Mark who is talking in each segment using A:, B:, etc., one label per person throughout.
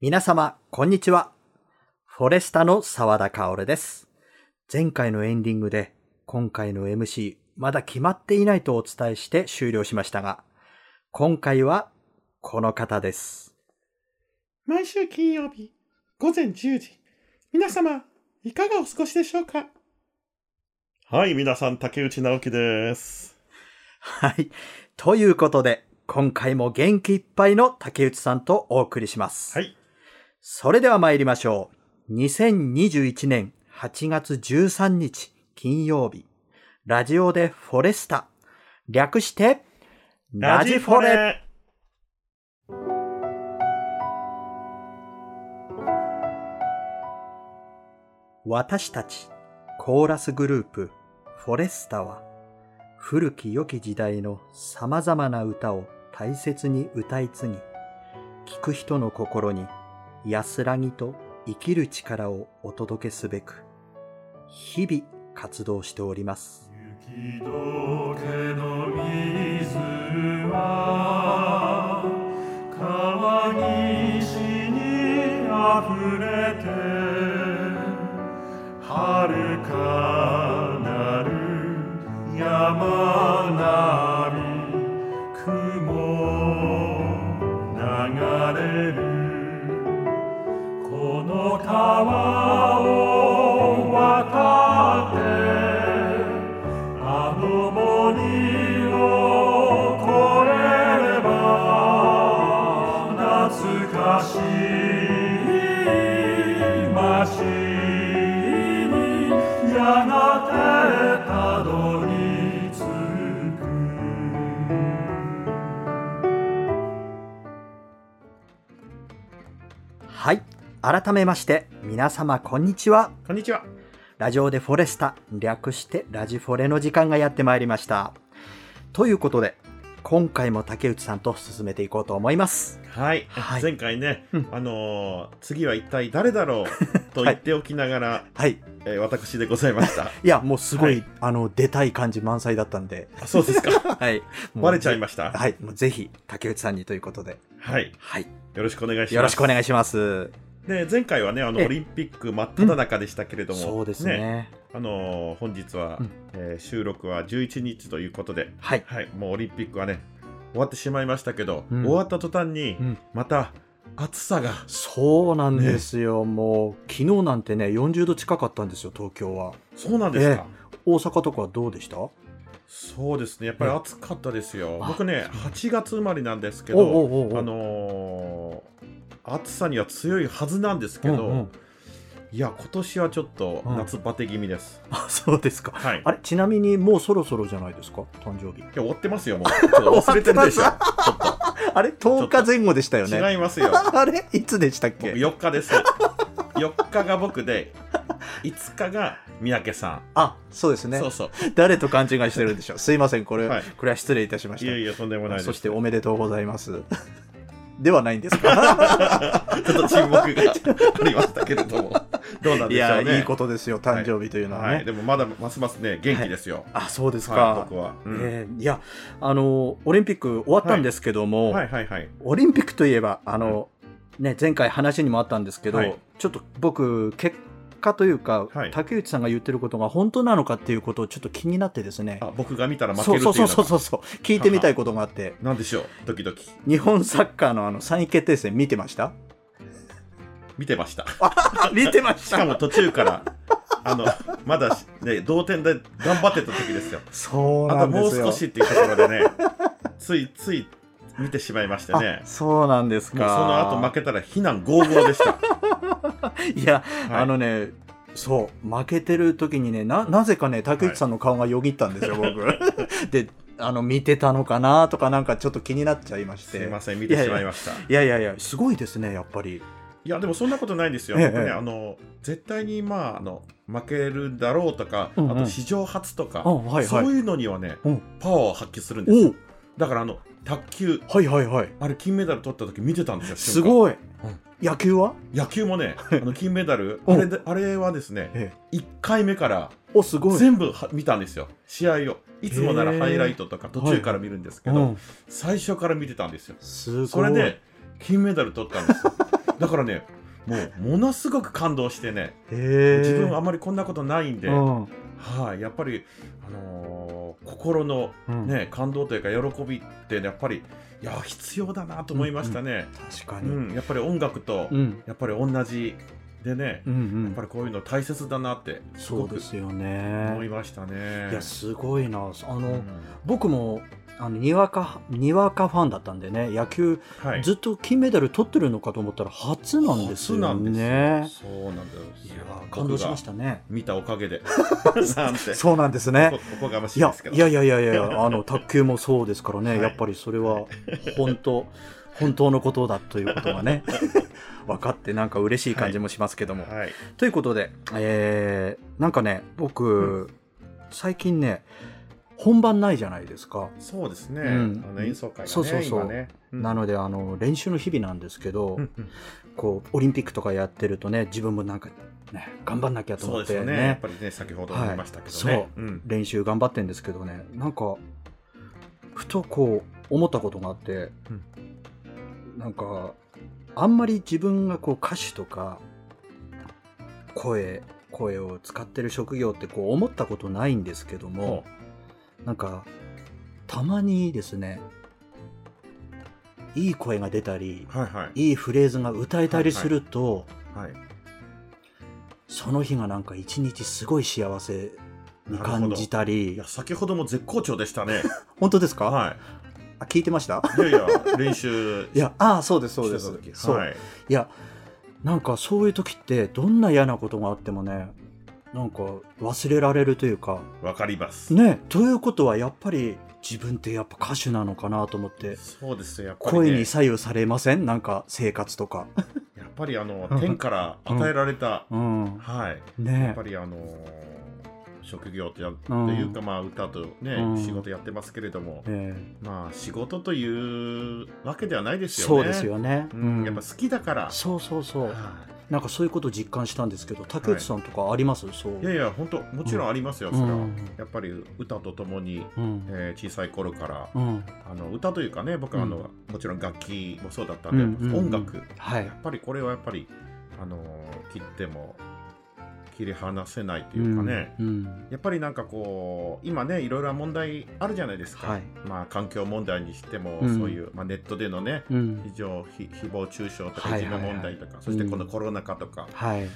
A: 皆様、こんにちは。フォレスタの沢田薫です。前回のエンディングで、今回の MC、まだ決まっていないとお伝えして終了しましたが、今回は、この方です。
B: 毎週金曜日、午前10時、皆様、いかがお過ごしでしょうか
C: はい、皆さん、竹内直樹です。
A: はい。ということで、今回も元気いっぱいの竹内さんとお送りします。
C: はい。
A: それでは参りましょう。2021年8月13日金曜日、ラジオでフォレスタ、略して、
C: ラジフォレ
A: 私たちコーラスグループフォレスタは古き良き時代の様々な歌を大切に歌い継ぎ、聴く人の心に安らぎと生きる力をお届けすべく、日々活動しております。
D: 雪解けの水は川岸にあふれて遥かなる山並み雲流れるこの川を渡ってあの森を越えれば懐かしい街にやがてたどり
A: はい。改めまして、皆様、こんにちは。
C: こんにちは。
A: ラジオでフォレスタ、略してラジフォレの時間がやってまいりました。ということで、今回も竹内さんと進めていこうと思います。
C: はい。はい、前回ね、うん、あのー、次は一体誰だろ うと言っておきながら、
A: はい。
C: えー、私でございました。
A: いや、もうすごい、はい、あの、出たい感じ満載だったんで。
C: あそうです か。
A: はい。
C: バレちゃいました。
A: はい。もうぜひ、竹内さんにということで。
C: はい。
A: はい。
C: よろしくお願いします。
A: よろしくお願いします。
C: で前回はねあのオリンピック真っ只中でしたけれども、
A: うん、そうですね、ね、
C: あのー、本日は、うん、えー、収録は11日ということで、
A: はい、
C: はい、もうオリンピックはね終わってしまいましたけど、うん、終わった途端に、また暑さが
A: そうなんですよ、ね、もう昨日なんてね40度近かったんですよ東京は
C: そうなんですか、
A: えー、大阪とかはどうでした
C: そうですねやっぱり暑かったですよ、僕ね8月生まれなんですけどあのー、暑さには強いはずなんですけど、うんうん、いや今年はちょっと夏バテ気味です、
A: うん、 あそうですか、
C: はい、
A: あれちなみにもうそろそろじゃないですか誕生日いや
C: 終わってますよもう忘れてるで しょ
A: あれ10日前後でしたよね
C: 違いま すよ
A: あれいつでしたっけ
C: 4日です4日が僕で5日が三宅さん
A: あそうですね
C: そうそう
A: 誰と勘違いしてるんでしょうすいませんこれ、はい、これは失礼いたしました
C: いやいやとんでもない
A: そしておめでとうございます では ないんですか
C: ちょっと沈黙がありましたけれどもどうなんでしょうね、
A: いいことですよ誕生日というのはね、はいはい
C: でもまだますますね元気ですよ、
A: あそうですか、
C: 僕は、
A: うん、えー、いやあのオリンピック終わったんですけども、
C: はい、はいはい
A: オリンピックといえばあの、うん、ね前回話にもあったんですけど、ちょっと僕結構果というか、はい、竹内さんが言ってることが本当なのかっていうことをちょっと気になってですね
C: 僕が見たら負
A: けるそうそうそうそうそう聞いてみたいことがあって
C: 何でしょうドキドキ
A: 日本サッカーのあの3位決定戦見てました
C: 見てました
A: 見てましたし
C: かも途中から あのまだ、ね、同点で頑張ってた時ですよ
A: そうなん
C: ですよあともう少しっていうところでねついつい見てしまいましてね
A: そうなんですかそ
C: の後負けたら非難合々でした
A: いや、はい、あのねそう負けてる時にねななぜかね竹内さんの顔がよぎったんですよ、はい、僕 であの見てたのかなとかなんかちょっと気になっちゃいまして
C: すいません見てしまいました
A: いやいやいやすごいですねやっぱり
C: いやでもそんなことないんですよ、ええ、ね、あの絶対に、まあ、あの負けるだろうとか、うんうん、あと史上初とか、はいはい、そういうのにはね、うん、パワーを発揮するんですだからあの卓球、
A: はいはいはい、
C: あれ金メダル取った時見てたんですよ
A: すごい、うん、野球は
C: 野球も ねあの金メダルあれであれはですね、ええ、1回目から
A: おすごい
C: 全部見たんですよ試合をいつもならハイライトとか途中から見るんですけど、はいうん、最初から見てたんですよ
A: す
C: それで金メダル取ったんですよだからねもうものすごく感動してね
A: へえ。
C: 自分はあまりこんなことないんで、
A: うん
C: はい、やっぱり、あのー心の、
A: うん
C: ね、感動というか喜びって、ね、やっぱりいや必要だなと思いましたね、
A: 確か
C: うん
A: に。うん
C: やっぱり音楽と、
A: うん
C: やっぱり同じでね、
A: う
C: やっ
A: ん
C: ぱ。りこういうの大切だなってす
A: そ
C: ご
A: う
C: く
A: ですよ
C: 思い
A: ね。
C: ましたね。
A: いやすごいな。あ
C: う
A: の、
C: ん
A: 僕もあのにわかにわかファンだったんでね、野球
C: はい、
A: ずっと金メダル取ってるのかと思ったら初なんですよね。
C: 初なんですよそうなんです
A: い
C: よ
A: や感動しまし
C: 僕が
A: たね。
C: 見たおか げでなんて
A: そうなんですね
C: お。おこがまし
A: い
C: いで
A: や
C: すけど
A: いやいやいやい やあの卓球もそうですからね、
C: はい
A: やっぱりそれは本当本当のことだということがね 分かってなんか嬉しい感じもしますけども。
C: はい、
A: ということで、えーなんかね僕、最近ね本番ないじゃないですか。
C: そうですね、
A: うん
C: あの演奏会がね
A: そうそうそう
C: 今ね、うん
A: なのであの練習の日々なんですけど、
C: うんうん
A: こうオリンピックとかやってるとね自分もなんか、ね、頑張んなきゃと
C: そう
A: 思
C: で
A: っ
C: す
A: て
C: よ
A: ね
C: ねやっぱりね先ほども言いましたけどね、
A: はいそ
C: ん
A: 練習頑張ってんですけどねなんかふとこう思ったことがあって、なんかあんまり自分がこう歌手とか声声を使ってる職業ってこう思ったことないんですけども、なんかたまにですねいい声が出たり
C: はいはい
A: いいフレーズが歌えたりすると、
C: はい
A: その日がなんか一日すごい幸せに感じた
C: い
A: り
C: や先ほども絶好調でしたね
A: 本当ですか、
C: は
A: あ聞いてました
C: いいやいや練習
A: いやああそうですそう
C: して
A: で
C: た
A: す
C: 時
A: そう、、
C: はいい
A: やなんかそういう時ってどんな嫌なことがあってもねなんか忘れられるというか
C: わかります、
A: ねということはやっぱり自分ってやっぱ歌手なのかなと思って
C: そうですよやっぱり、ね、
A: 声に左右されませんなんか生活とか
C: やっぱりあの
A: うん
C: 天から与えられた、
A: うん
C: はいや
A: ね
C: っぱりあのー職業ってやって
A: うん
C: いうか、まあ歌とね、
A: うん
C: 仕事やってますけれども、
A: え
C: まあ仕事というわけではないで
A: え
C: すよね。
A: そうですよね、
C: うんやっぱ好きだから。
A: そうそうそう
C: は
A: なんかそういうこと実感したんですけど竹内さんとかあります、そう
C: いいやいや本当もちろんありますよ、
A: うん
C: それは
A: うん
C: やっぱり歌とともに、
A: うん
C: えー小さい頃から
A: うん
C: あの歌というかね僕はあの、もちろん楽器もそうだったんで、
A: うんうんうん
C: 音楽、
A: はい
C: やっぱりこれはやっぱりあのー切っても切り離せないというかね、
A: うんうん
C: やっぱりなんかこう今ねいろいろな問題あるじゃないですか、
A: はい
C: まあ、環境問題にしても、
A: うん
C: そういう、まあ、ネットでのね
A: うん
C: 非常ひ誹謗中傷と
A: は
C: か
A: い
C: いじ
A: はいは
C: め
A: い
C: 問題とか、そしてこのコロナ禍とか、
A: はい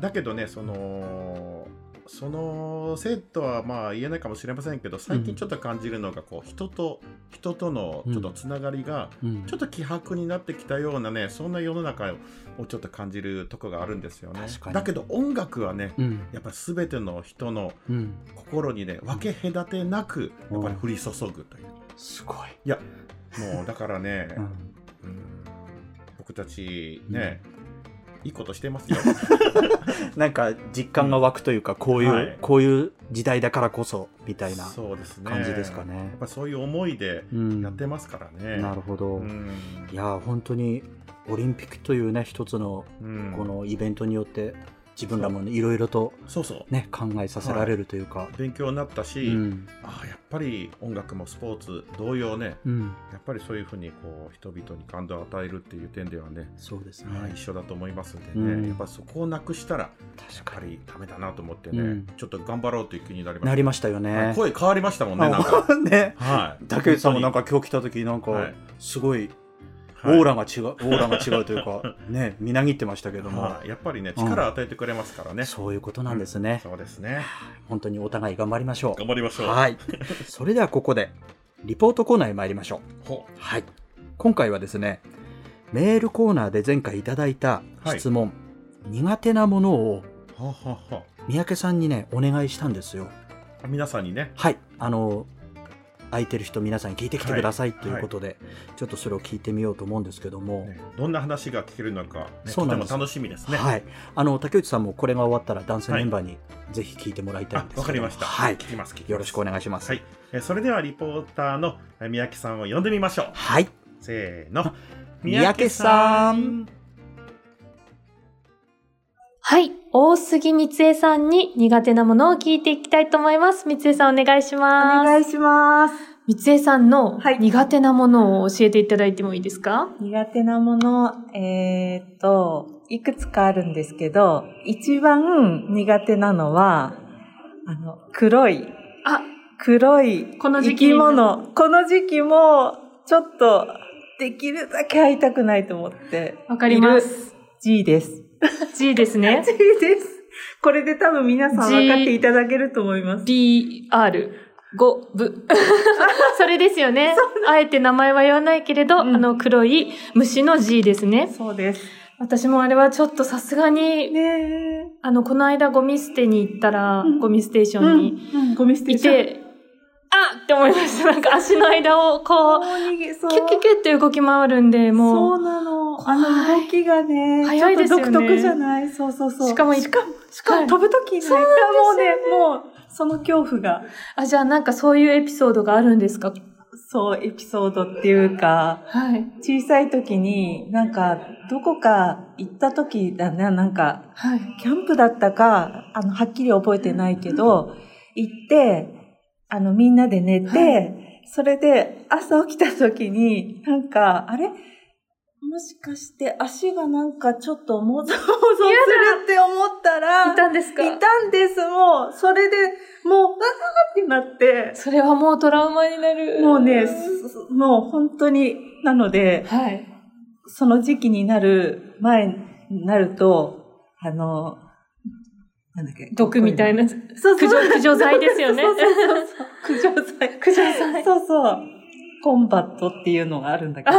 C: だけどねそのその生徒はまあ言えないかもしれませんけど最
A: う
C: 近
A: ん
C: ちょっと感じるのがこう人と人とのちょっとつながりが
A: うん
C: ちょっと希薄になってきたようなねそんな世の中をちょっと感じるとこがあるんですよね
A: 確かに
C: だけど音楽はね
A: うん
C: やっぱり全ての人の
A: うん
C: 心にね分け隔てなく
A: うん
C: やっぱり降り注ぐという、
A: すごい、
C: もうだからね、
A: う
C: うん
A: ん、
C: 僕たちね、いいことしてますよ
A: なんか実感が湧くというかこういう、
C: はい
A: こういう時代だからこそみたいな
C: そうですね
A: 感じですかね
C: やっぱそういう思いで
A: うん
C: やってますからね、
A: なるほど、
C: うん
A: いやー本当にオリンピックというね一つの
C: うん
A: このイベントによって自分らもねいろいろと
C: そうそう
A: ね考えさせられるというか、
C: 勉強になったし、
A: うん
C: ああやっぱり音楽もスポーツ同様ね
A: うん
C: やっぱりそういうふうにこう人々に感動を与えるっていう点ではね、
A: そうですね、
C: 一緒だと思いますんでね、
A: うん
C: やっぱそこをなくしたらやっ
A: 確
C: ぱ
A: かに
C: りダメだなと思ってね、
A: うん
C: ちょっと頑張ろうという気になりました
A: なりましたよね、
C: はい声変わりましたもんねなんか
A: あ ね
C: はい
A: 竹内さんもなんか今日来た時なん
C: は
A: か
C: い
A: すごいオ
C: はい
A: ーラが違う、オーラが違うという かねみなぎってましたけども、
C: はいやっぱりね力を与えてくれますからね、
A: そういうことなんですね。
C: そうですね
A: 本当にお互い頑張りましょ
C: 頑張りまし
A: う。
C: ょう
A: はい。それではここで、リポートコーナーへ参りましょ
C: ほ
A: う。はい。今回はですね、メールコーナーで前回いただいた質問、苦手なものを
C: ははは
A: 三宅さんにね、お願いしたんですよ。
C: 皆さんにね
A: はい。あの、空いてる人皆さんに聞いてきてください
C: はい
A: ということで、ちょっとそれを聞いてみようと思うんですけども、
C: ねどんな話が聞けるのか、ね、
A: そう
C: と
A: な
C: て
A: んで
C: も
A: す
C: 楽しみですね
A: はい。あの、竹内さんもこれが終わったら男性
C: はい
A: メンバーにぜひ聞いてもらいたい
C: あ
A: んですけど
C: わかりました
A: はい
C: 聞。きます聞きます
A: よろしくお願いします。
C: はいえそれではリポーターのえ三宅さんを呼んでみましょう
A: はい。
C: せーの
A: 三宅さん
E: はい。大杉光恵さんに苦手なものを聞いていきたいと思います。光恵さんお願いし
F: お
E: ます。
F: 願いします。
E: 三江さんの
F: はい
E: 苦手なものを教えていただいてもいいですか
F: 苦手なもの、えーっと、いくつかあるんですけど、一番苦手なのは、あの、黒い、
E: あ、
F: 黒い
E: この時
F: 生
E: 期
F: き物。この時期も、ちょっと、できるだけ会いたくないと思って。
E: わかります。
F: G です。
E: G ですね
F: G。です。これで多分皆さん分かっていただけると思います。
E: DR。五 部。それですよね。あえて名前は言わないけれど、
F: うん
E: あの黒い虫の G ですね。
F: そうです。
E: 私もあれはちょっとさすがに、
F: ねえ。
E: あの、この間ゴミ捨てに行ったら、
F: うん
E: ゴミステーションに
F: うんゴミ捨て
E: いて、あって思いました。なんか足の間をこう、
F: 逃げそう。
E: キュッキュッキュッって動き回るんで、も、
F: そううなの。
E: 怖
F: あ
E: い
F: の動きがね、
E: 早いですよね
F: ちょっと独特じゃないそうそうそう。
E: しかもい
F: しかも、しか
E: はい
F: も飛ぶときに、ね、
E: そう
F: も
E: なん
F: う
E: で
F: ね、もう、その恐怖が、
E: あ、じゃあなんかそういうエピソードがあるんですか
F: そう、エピソードっていうか、
E: はい。
F: 小さい時に、なんか、どこか行った時だな、なんか、
E: はい。
F: キャンプだったか、あの、はっきり覚えてないけど、行って、あの、みんなで寝て、
E: は
F: それで朝起きた時に、なんか、あれもしかして足がなんかちょっともぞもぞするって思ったら、
E: いたんですか
F: いたんです、もう。それで、もう、あーってなって、
E: それはもうトラウマになる。
F: もうね、すすもう本当に、なので、
E: はい。
F: その時期になる前になると、あの、なんだっけ、
E: 毒みたいな。
F: そうそ
E: 駆
F: う。
E: 除、駆除剤ですよね。
F: そうそうそう駆除剤。
E: 駆除剤。
F: そうそう。コンバットっていうのがあるんだけど、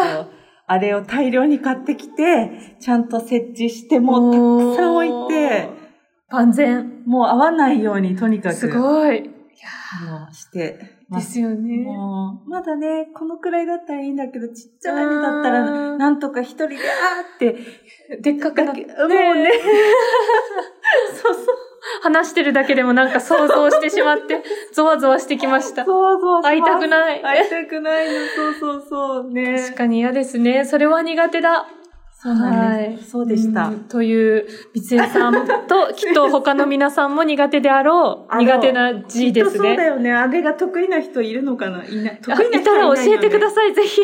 F: あれを大量に買ってきて、ちゃんと設置して、もうたくさん置いて、
E: 万全。
F: もう合わないようにとにかく、
E: すごい。
F: あのしてま。
E: ですすよね。
F: もうまだね、このくらいだったらいいんだけど、ちっちゃいのだった
E: う
F: ら、
E: ん
F: なんとか一人で、あーって、
E: でっかくな
F: だ
E: っ
F: け
E: て。
F: もうね、
E: そうそう。話してるだけでもなんか想像してしまって、ゾワゾワしてきました。
F: そうそう
E: 会いたくない。
F: 会いたくないの、そうそうそう、ね。
E: 確かに嫌ですね。それは苦手だ。
F: そうなんです。そうでした
E: う。んという、三江さんと、きっと他の皆さんも苦手であろう、
F: あの
E: 苦手な
F: き
E: G
F: っと
E: です
F: そうだ
E: ね。
F: よね。あれが得意な人いるのかないない。得
E: あ
F: 意ない人
E: た
F: は
E: ら
F: いない
E: 教えてくだ
F: さ
E: さい、ぜ ひ。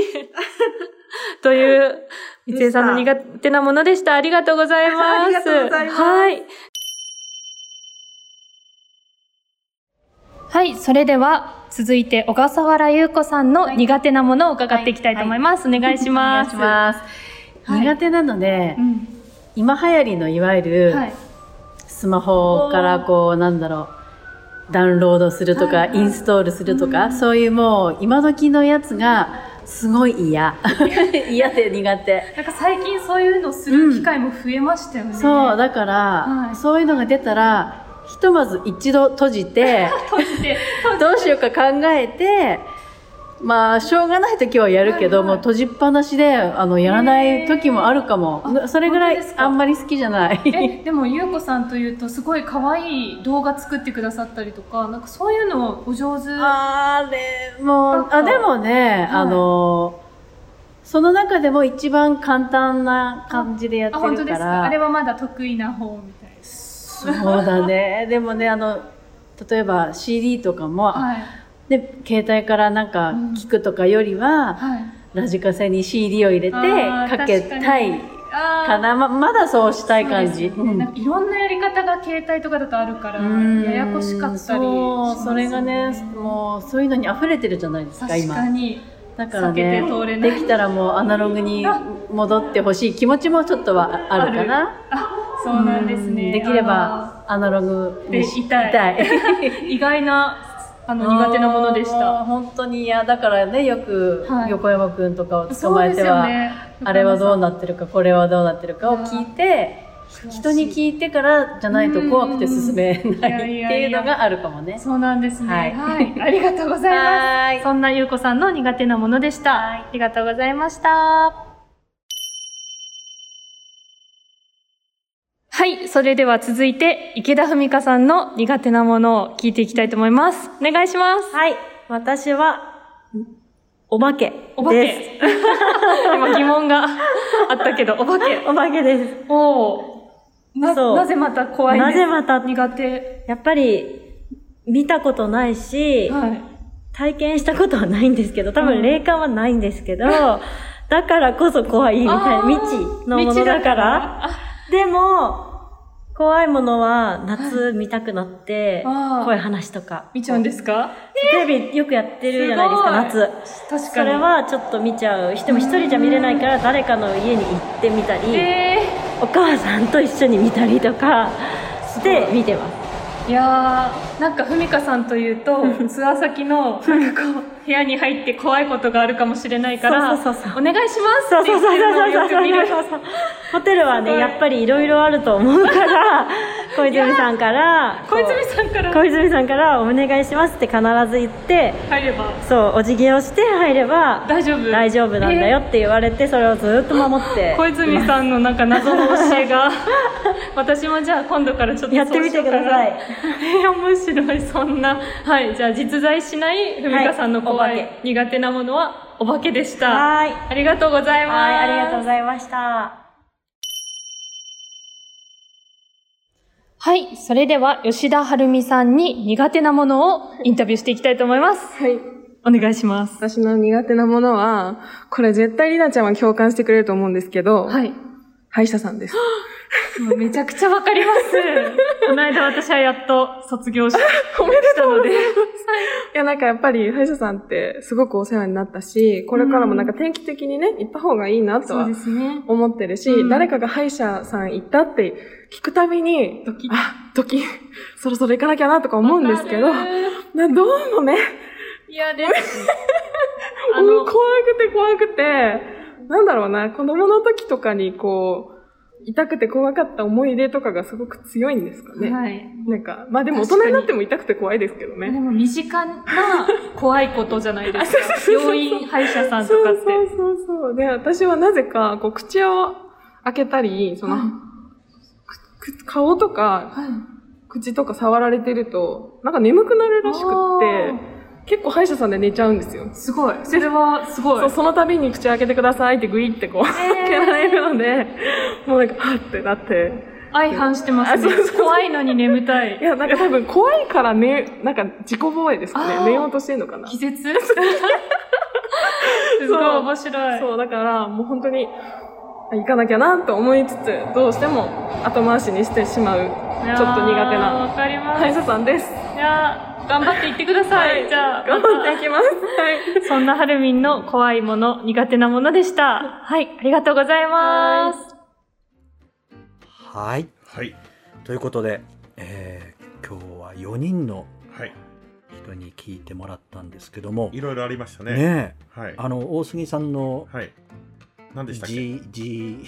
E: という、
F: でした
E: 三江さんの苦手なものでした。ありがとうございます。
F: ありがとうございます
E: はい。はい、それでは、続いて小笠原優子さんの苦手なものを伺っていきたいと思います。お願いし
G: お願
E: ま
G: い
E: す。
G: します。
E: はい
G: 苦手なので、
E: うん
G: 今流行りのいわゆる
E: はい。
G: スマホからこうなんだろうダウンロードするとか、
E: はいはい
G: インストールするとか、そういうもう今時のやつがすご い嫌嫌で苦手
E: なんか最近そういうのする機会も増えましたよね。
G: そうだから、
E: はい
G: そういうのが出たらひとまず一度閉じ て
E: 閉じて、
G: どうしようか考えてまあしょうがない時はやるけど、
E: はいはい
G: もう閉じっぱなしであのやらない時もあるかも、
E: へーあ
G: それぐら
E: 本当
G: い
E: ですか
G: あんまり好きじゃない。
E: えでも優子さんというとすごい可愛い動画作ってくださったりとかなんかそういうのお上手
G: あれもう
E: あ
G: あでもね、
E: い
G: あのその中でも一番簡単な感じでやって
E: あ本当
G: る
E: で
G: か
E: すからあれはまだ得意な方みたいです
G: そうだねでもねあの例えば CD とかも、
E: はい
G: で携帯からなんか
E: うん
G: 聞くとかよりは、
E: はい
G: ラジカセに CD を入れて
E: あー
G: かけたい
E: 確あー
G: かなままだそうしたい感じ。
E: そうです
G: う
E: ね
G: ん
E: なんかいろんなやり方が携帯とかだとあるから
G: うん
E: ややこしかったりしま
G: そ
E: すよ
G: うそれがねもうそういうのに溢れてるじゃないですか
E: 確
G: 今
E: かに
G: だから
E: 避け
G: ね
E: て通れない
G: できたらもうアナログに戻ってほしい気持ちもちょっとはあるかな
E: そうなんです
G: う
E: ね
G: んできれ
E: あー
G: ばアナログにし
E: でいたい意外なあの苦手 なものでし
G: あー
E: た
G: 本当に嫌だからねよく
E: はい
G: 横山くんとかを捕
E: そう
G: まえ
E: です
G: て
E: よ
G: は、
E: ね
G: あれはどうなってるかこれはどうなってるかを聞いて人に聞いてからじゃないと怖くて進めないって
E: うんいやい
G: い
E: や
G: う
E: いや
G: のがあるかもね
E: そうなんですね。は、
G: はいい
E: ありがとうございま
G: は
E: す。そんなゆうこさんの苦手なものでした。ありがとうございました。はい、それでは続いて池田文香さんの苦手なものを聞いていきたいと思います。お願いします。
H: はい。私は、お化けです。
E: お化け。 今疑問があったけど、お化け。
H: お化けです。
E: おお。な、
H: そう
E: なぜまた怖いん
H: な
E: です
H: ぜまた、
E: 苦手。
H: やっぱり、見たことないし、
E: はい。
H: 体験したことはないんですけど、多
E: うん
H: 分霊感はないんですけ ど、だからこそ怖いみたい
E: あ
H: な、
E: ー
H: 未知のものだから。
E: ら。あ
H: でも、怖いものは夏見たくなって、
E: あー
H: 怖い話とか。
E: 見ちゃうんですか
H: テレビよくやってるじゃないですか、
E: すご
H: 夏。
E: い確かに。
H: それはちょっと見ちゃう。でも一人じゃ見れないから誰かの家に行ってみたり、
E: え
H: お母さんと一緒に見たりとかして見てます。
E: ー、いやー、なんかふみかさんという と、ツアー先の、なんかこう、部屋に入って怖いことがあるかもしれないから、
H: そうそうそうそう
E: お願いします
H: そ
E: っ
H: う
E: て
H: そ
E: 言
H: う
E: っ
H: そうそう
E: てるのをよ
H: そ
E: く見る。
H: うそうそう。ホテルは
E: すご
H: ね、
E: い
H: やっぱりいろいろあると思う から、小泉さんから、
E: 小泉さんから
H: 小泉さんからお願いしますって必ず言って、
E: 入れば、
H: そう、お辞儀をして入れば、
E: 大丈夫
H: 大丈夫なんだよって言われて、それをずっと守って。
E: 小泉さんのなんか謎の教 えが私もじゃあ今度からちょっと
H: やってみてください
E: そうしようかなえー面白いそんなはいじゃあ実在しないふみかさんの
H: はい
E: 怖い、
H: お化
E: 苦手なものはお化けでした
H: はい。
E: ありがとうございま
H: は
E: す
H: い、ありがとうございました。
E: はいそれでは吉田晴美さんに苦手なものをインタビューしていきたいと思います
I: はい。
E: お願いします
I: 私の苦手なものは、これ絶対りなちゃんは共感してくれると思うんですけど、
E: はい
I: 歯医者さんです。
E: もうめちゃくちゃわかります この間私はやっと卒業しおめでとうので
I: いや、なんかやっぱり歯医者さんってすごくお世話になったし、これからもなんか定期的にね、行った方がいいなと
E: そう
I: は
E: ですね
I: 思ってるし、
E: うん
I: 誰かが歯医者さん行ったって聞くたびに、
E: ドキッ
I: あ、時、 そろそろ行かなきゃなとか思うんですけど、
E: わ
I: な
E: かる
I: どうもね、
E: いや です。あ
I: もう
E: の、
I: 怖くて怖くて、なんだろうな、子供の時とかにこう、痛くて怖かった思い出とかがすごく強いんですかね。
E: はい。
I: なんか、まあでも大人になっても痛くて怖いですけど
E: で
I: ね。
E: も身近な怖いことじゃないですか
I: あそうそうそう。そう
E: 病院、歯医者さんと
I: そう
E: か
I: そ
E: っ
I: う
E: て。
I: そうそう。で、私はなぜか、こう、口を開けたり、その、
E: はい
I: くく顔とか、
E: はい
I: 口とか触られてると、なんか眠くなるらしくって、結構歯医者さんで寝ちゃうんですよ。
E: すごい。それはすご
I: そ、。
E: いう
I: その度に口開けてくださいってグイってこう、開けられるので、もうなんか、はってなって。
E: 相反してますね
I: あそうそう。そう
E: 怖いのに眠たい
I: い。や、なんか多分怖いからね、なんか自己防衛ですか
E: あー
I: ね。寝ようとしてるのかな。
E: 気絶すごい面白い。
I: そう、だからもう本当に、あ行かなきゃなと思いつつ、どうしても後回しにしてしま
E: い
I: う、
E: やー
I: ちょっと苦手な
E: わかります。
I: 歯
E: い
I: 医者さんです。
E: やー頑張っていってください。じゃあ、
I: 頑張っていきます。はい。
E: そんなハルミンの怖いもの、苦手なものでした。はい、ありがとうございます。
A: はい。
C: はい
A: ということで、えー今日は4人の
C: はい
A: 人に聞いてもらったんですけども、
C: いろいろありましたね
A: ね
C: はい
A: え、あの、大杉さんの
C: はい何でしたっけ
A: G、G、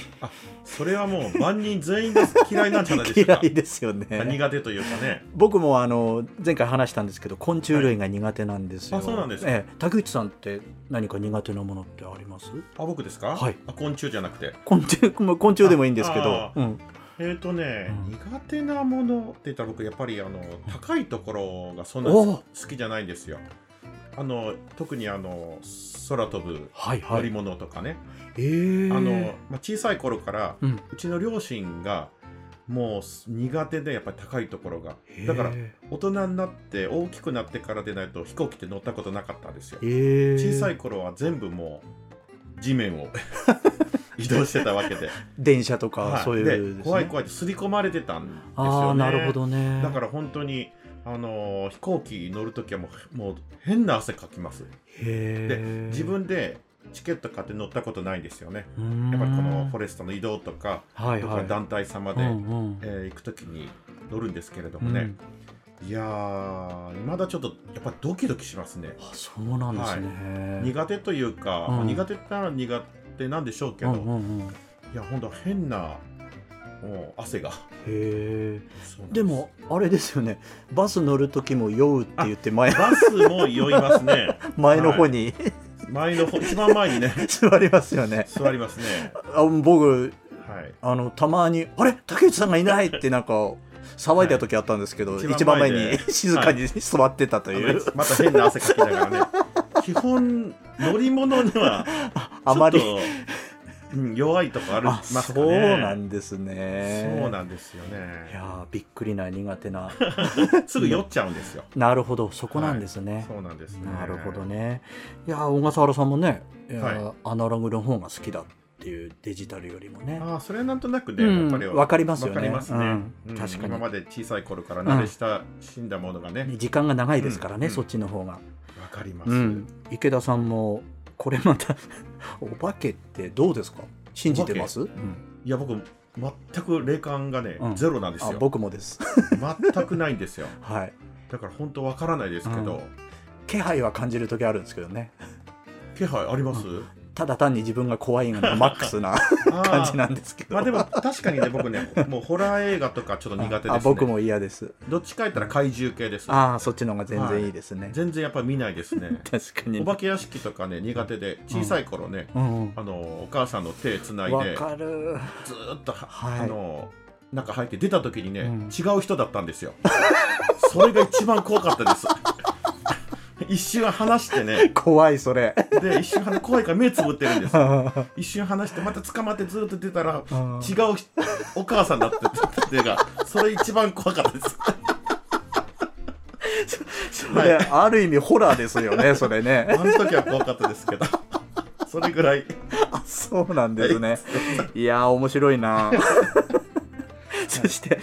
C: それはもう万人全員が嫌いなんじゃないでしょ う
A: 嫌
C: か
A: いですよね。
C: 苦手というかね
A: 僕もあの前回話したんですけど昆虫類が苦手なんですよ、
C: はいあそうなんですか
A: ええ竹内さんって何か苦手なものってあります
C: あ僕ですか、
A: はい
C: あ昆虫じゃなくて
A: 昆虫 まあ昆虫でもいいんですけど
C: ああ、
A: うん、
C: えっ、とね、
A: うん
C: 苦手なものって言ったら僕やっぱりあの高いところがそんな
A: おお
C: 好きじゃないんですよあの特にあの空飛ぶ
A: はいは
C: 乗り
A: い
C: 物とかね、
A: えー、
C: あの、まあ、小さい頃から、
A: う
C: うんちの両親がもうす苦手でやっぱり高いところが
A: へー
C: だから大人になって大きくなってからでないと飛行機って乗ったことなかったんですよ
A: えー、
C: 小さい頃は全部もう地面を 移動してたわけで
A: 電車と
C: は
A: か
C: い
A: そういう
C: で
A: ですね
C: 怖い怖いって刷り込まれてたんですよね
A: ああなるほどね
C: だから本当にあのー飛行機乗るときはもうもう変な汗かきますで
A: へえ
C: 自分でチケット買って乗ったことないんですよね
A: や
C: やっぱりこのフォレストの移動とか、
A: はい
C: と
A: は
C: か
A: い
C: 団体様で、
A: うんうん
C: えー行くときに乗るんですけれどもね、いやーまだちょっとやっぱドキドキしますね
A: うん、あそうなんですね、
C: 苦手というか、
A: うん
C: まあ苦手なら苦手なんでしょうけど、
A: うんうんうん、へ
C: いや本当変なもう汗が
A: え
C: そうなんす
A: でもあれですよねバス乗る時も酔うって言って前
C: バスも酔いますね
A: 前の方に、
C: 前の方一番前にね
A: 座りますよね
C: 座りますね
A: あ僕
C: はい
A: あのたまに「あれ竹内さんがいない!」ってなんか騒いだ時あったんですけど、
C: はい
A: 一番前
C: 一番前
A: に
C: で
A: 静かに座ってたと
C: あ
A: い
C: の
A: う、
C: また変な汗かきながらね基本乗り物には
A: あまり
C: ちょっとうん弱いとこあり
A: あ、
C: ますか
A: そう
C: ね
A: なんですね。
C: そうなんですよ
A: い
C: ね
A: やーびっくりな苦手な。
C: すぐ酔っちゃうんですよ
A: なるほど、そこなんです
C: はい
A: ね。
C: そうなんですね
A: なるほどね。いやー小笠原さんもね、いやー
C: は
A: アナログの方が好きだっていうデジタルよりもね。
C: ああそれはなんとなくね、
A: うん
C: やっぱり
A: わかりますよね
C: わかりますね、
A: うん
C: うん
A: 確かに
C: 今まで小さい頃から慣れ親しんだものがねわ、
A: 時間が長いですからね、
C: うん
A: そっちの方が。
C: かります、
A: うん、池田さんもこれまた お化けってどうですか信じてます、うん
C: いや僕全く霊感がね、
A: うん
C: ゼロなんです
A: あ
C: よ
A: 僕もです、
C: 全くないんですよ
A: はい、
C: だから本当わからないですけど、
A: 気配は感じる時あるんですけどね
C: 気配あります、
A: ただ単に自分が怖いのがマックス な
C: ああ
A: 感じなんですけど
C: まあでも確かにね僕ねもうホラー映画とかちょっと苦手ですね
A: あ僕も嫌です
C: どっちか言ったら怪獣系です
A: ああそっちの方が全然いいですね、
C: 全然やっぱ見ないです ね
A: 確かに
C: お化け屋敷とかね苦手で小さい頃ね、
A: うんうん
C: あのお母さんの手つない
A: わ
C: で
A: かる
C: ずーっとは、
A: はい
C: あの中入って出た時にね、
A: うん
C: 違う人だったんですよそれが一番怖かったです 一瞬話してね
A: 怖いそ れ
C: で一瞬話怖いから目つぶってるんです
A: あ
C: 一瞬話してまた捕まってずーっと出たら違
A: ん
C: うひお母さんだったっていうかそれ一番怖かっ たです
A: れある意味ホラーですよねそれ
C: あ
A: ね
C: の時は怖かったですけどそれぐらい
A: あそうなんですねいやー面白い なそして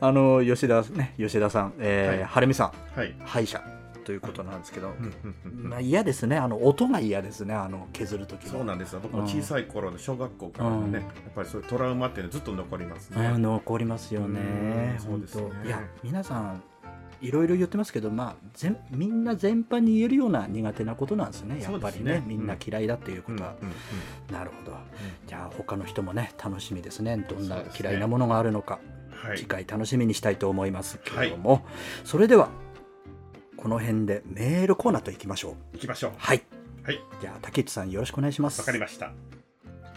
A: あの吉田ね吉田さん、
C: は
A: えー
C: い
A: はるみさん
C: はい、
A: 歯医者ということなんですけど、
C: うんうんうんうん
A: まあ、嫌ですねあの音が嫌ですねあの削る時の
C: そうなんですよ僕も小さい頃の小学校からのね、
A: うん
C: やっぱりそういうトラウマっていうのはずっと残りますね、
A: うん残りますよね
C: う
A: 本
C: んそ
A: 当
C: うですね
A: いや皆さんいろいろ言ってますけど、まあ、全みんな全般に言えるような苦手なことなんですねやっぱり
C: そう
A: ね
C: ですね
A: みんな嫌いだっていうことは、
C: うんうんうん
A: なるほどじゃあ他の人もね楽しみですねどん
C: そ
A: な
C: うですね
A: 嫌いなものがあるのか、
C: は
A: 次
C: い、
A: 回楽しみにしたいと思いますけれども、それではこの辺でメールコーナーといきましょう
C: 行きましょう。
A: はい、
C: はい、
A: じゃあ竹内さんよろしくお願いします
C: わかりました。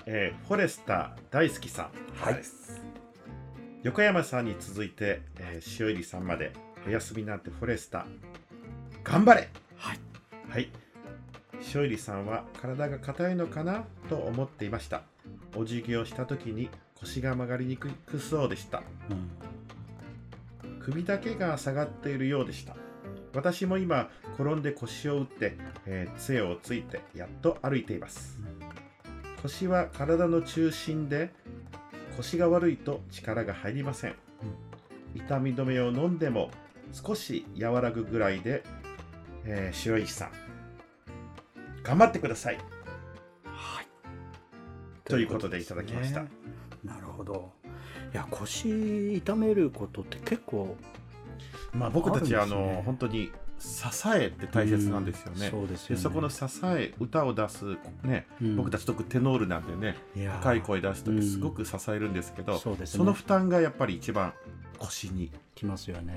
C: えーフォレスター大好きさん
A: はい
C: です。横山さんに続いて、えー、塩入さんまで、お休みなんてフォレスター、頑張れ
A: はい、
C: はい。塩入さんは体が硬いのかなと思っていました。お辞儀をした時に腰が曲がりにくくそうでした。
A: うん
C: 首だけが下がっているようでした私も今転んで腰を打って、えー杖をついてやっと歩いています腰は体の中心で腰が悪いと力が入りません痛み止めを飲んでも少し和らぐぐらいで、えー、白石さん頑張ってください
A: はい、
C: ということでいただきました、
A: ねなるほどいや腰痛めることって結構
C: まあ僕たちはあ
A: あるん
C: の
A: ですね
C: 本当に支えって大切なんですよね、
A: うんそうですよ
C: で
A: ね
C: そこの支え歌を出す、ね
A: うん
C: 僕たち特テノールなんでね
A: いやー
C: 高い声出す
A: う
C: 時
A: ん
C: すごく支えるんですけど、
A: そうですね
C: その負担がやっぱり一番腰に
A: きますよね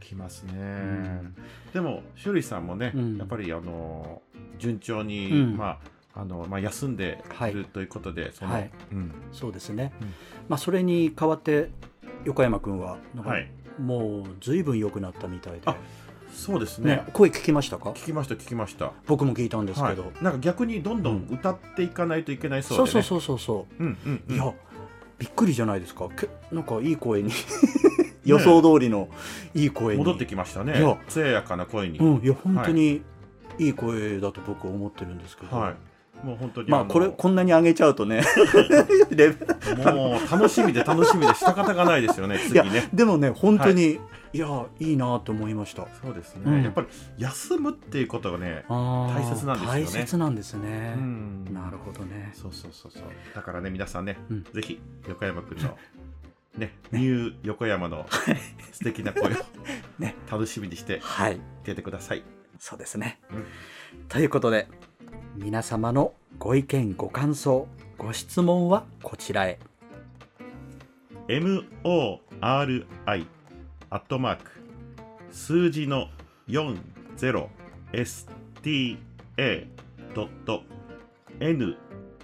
C: きますね、
A: ん
C: でも修理さんもね、
A: うん
C: やっぱりあの順調に、
A: うん
C: まああのまあ、休んで
A: はい
C: いるということで、その
A: はい
C: うん
A: そうですね、
C: うん
A: まあそれに代わって横山君はなんか
C: はい、
A: もう随分良くなったみたいで、
C: あそうですね
A: ね声聞きましたか
C: 聞きました聞きました
A: 僕も聞いたんですけど、
C: はい、なんか逆にどんどん歌っていかないといけないそうで
A: そ
C: ね
A: うそうそうそうそう
C: うんうんうん
A: いや、びっくりじゃないですか。けなんかいい声に予想通りのいい声に
C: 戻ってきましたね
A: いや。
C: 艶やかな声に。
A: うんいや本当にいい声だと僕は思ってるんですけど。
C: はい。もう本当に。
A: まあ
C: の
A: これこんなに上げちゃうと ねレベル
C: もう楽しみで楽しみで仕方がないですよね。
A: いや
C: 次ね。
A: でもね本当に、い、やいいなと思いました
C: そうですね、
A: うん
C: やっぱり休むっていうことがね。
A: 大
C: 大切なんですよね
A: 大切なんですね、
C: うん
A: なるほどね
C: そうそうそうそう。だからね皆さんね、
A: うん
C: ぜひ横山くん の。ね、ニュー横山の素敵な声を
A: ね
C: 楽しみにして
A: はい
C: 聞いてください。
A: そうですね。
C: うん
A: ということで皆様のご意見ご感想ご質問はこちらへ
C: mori アットマーク数字の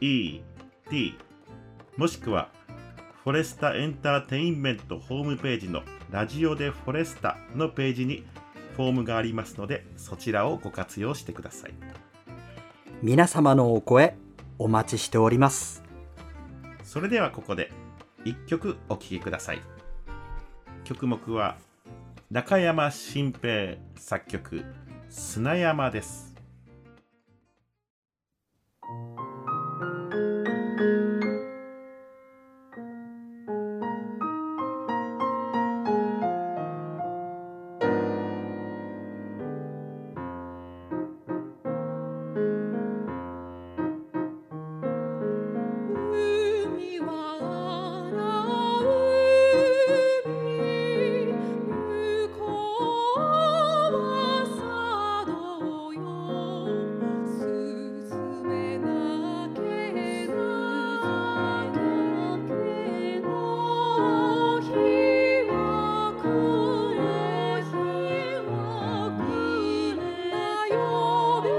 C: 40sta.net もしくはフォレスタエンターテインメントホームページのラジオでフォレスタのページにフォームがありますのでそちらをご活用してください。
A: 皆様のお声お待ちしております
C: それではここで一曲お聴きください曲目は中山新平作曲「砂山」です
I: 海は荒海向こうは佐渡よ進めなけなけの日は来る日は来るな呼べ呼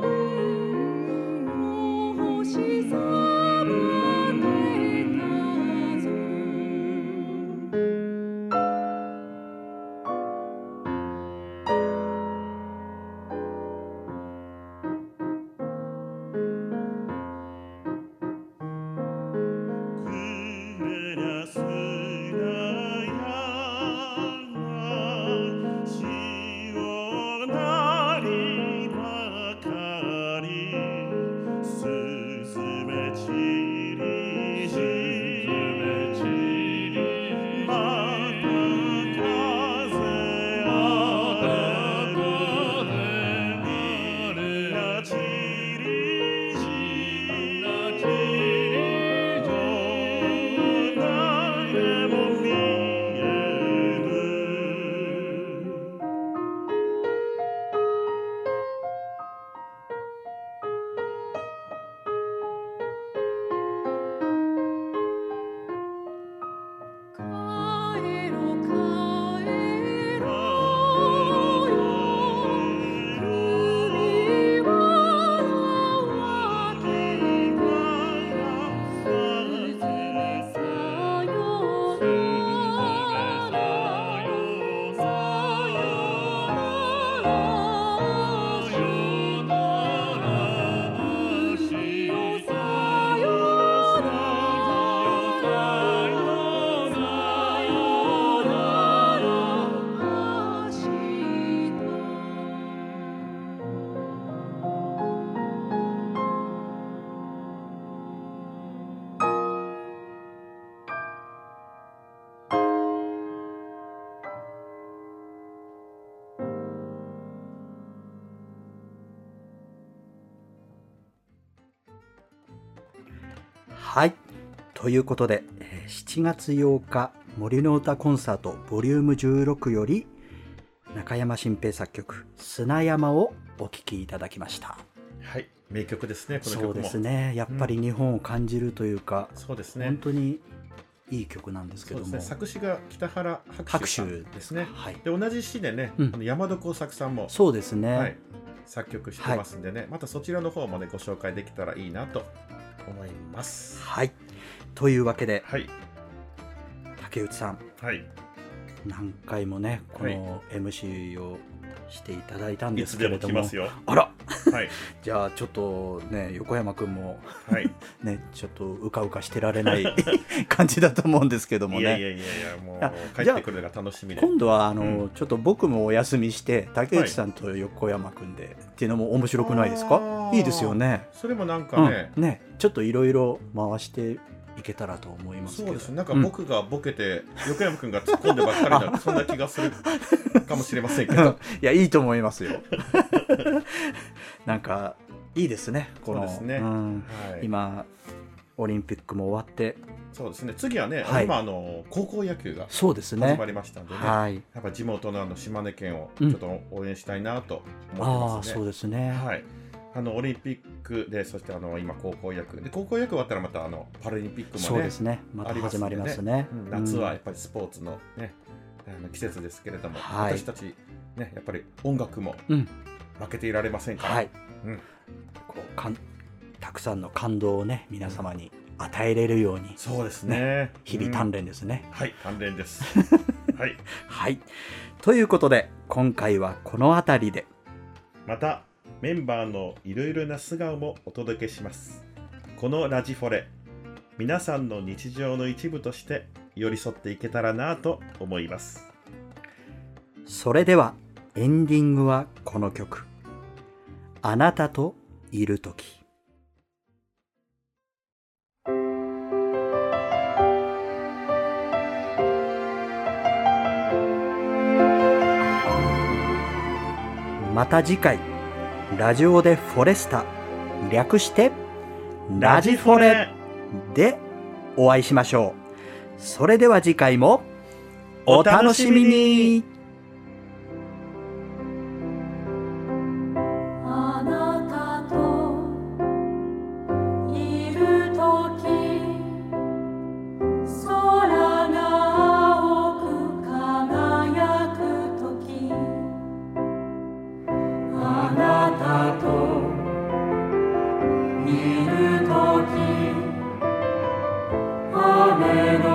I: べ星さぶけたぞ
D: くれなすなやがしおなりばかりすずめちりじまた風あれみんなちりじ誰も見えぬ
I: 帰ろ帰ろよ海は分けたすずめさよならさよならさよなら海をさよなら
A: はい。ということで、えー7月8日、森の歌コンサートボリューム16より、中山新平作曲、砂山をお聴きいただきました。
C: はい名曲ですねこの曲
A: そ
C: も
A: うですね。やっぱり日本を感じるというか、
C: そうですね
A: 本当にいい曲なんですけ
C: そう
A: ど
C: で
A: も。
C: すね作詞が北原白
A: 白
C: 秋さん
A: 秋
C: ですねで同じ詩でね、
A: うん
C: あの山田耕作さんも
A: そうですね
C: はい作曲してますんでね、またそちらの方もねご紹介できたらいいなと思います
A: はい。というわけで、竹内さん、何回もね、この MC をしていただいたんですけれども、
C: いつでも来ますよ
A: あら、
C: はい、
A: じゃあちょっとね、横山君も、
C: はい、
A: ね、ちょっとうかうかしてられ ない感じだと思うんですけどもね。
C: いやいやいやいやも
A: あ
C: う帰
A: じゃ
C: っ
A: あ
C: てくるのが楽しみで
A: 今度はあの、
C: うん
A: ちょっと僕もお休みして竹内さんと横山君で、っていうのも面白くないですかいいですよね
C: それもなんかね、
A: うんねちょっといろいろ回していけたらと思いますけ
C: そ
A: ど
C: うですねなんか
A: うん
C: 僕がボケて、横山君が突っ込んでばっかり なそんな気がするかもしれませんけど
A: いやいいと思いますよ なんかいいですねこの
C: そうですね
A: ん
C: はい
A: 今オリンピックも終わって
C: そうですね次はね、
A: はい
C: 今あの高校野球が
A: そうですね
C: 始まりましたんでね
A: はい
C: やっぱ地元のあの島根県をち
A: う
C: ょ
A: ん
C: っと応援したいなと思ってますね、
A: ああそうですね
C: はいあのオリンピックでそしてあの今高校野球で高校野球終わったらまたあのパラリンピックもね
A: そうですねまた
C: あんで
A: 始まりますね
C: うん
A: うん
C: 夏はやっぱりスポーツのねあの季節ですけれども、
A: はい
C: 私たちねやっぱり音楽も
A: うん
C: 負けていられませんから、
A: はい
C: うん
A: こうかんたくさんの感動をね皆様に与えれるように
C: そうですね
A: 日々鍛錬ですね、
C: はい関連です はい
A: はいということで今回はこの辺りで
C: またメンバーのいろいろな素顔もお届けしますこのラジフォレ皆さんの日常の一部として寄り添っていけたらなぁと思います
A: それではエンディングはこの曲「あなたといるとき」また次回ラジオでフォレスタ略してラジフォレでお会いしましょうそれでは次回もお楽しみに
F: あなたといるとき空が青く輝くときあなたといるとき雨の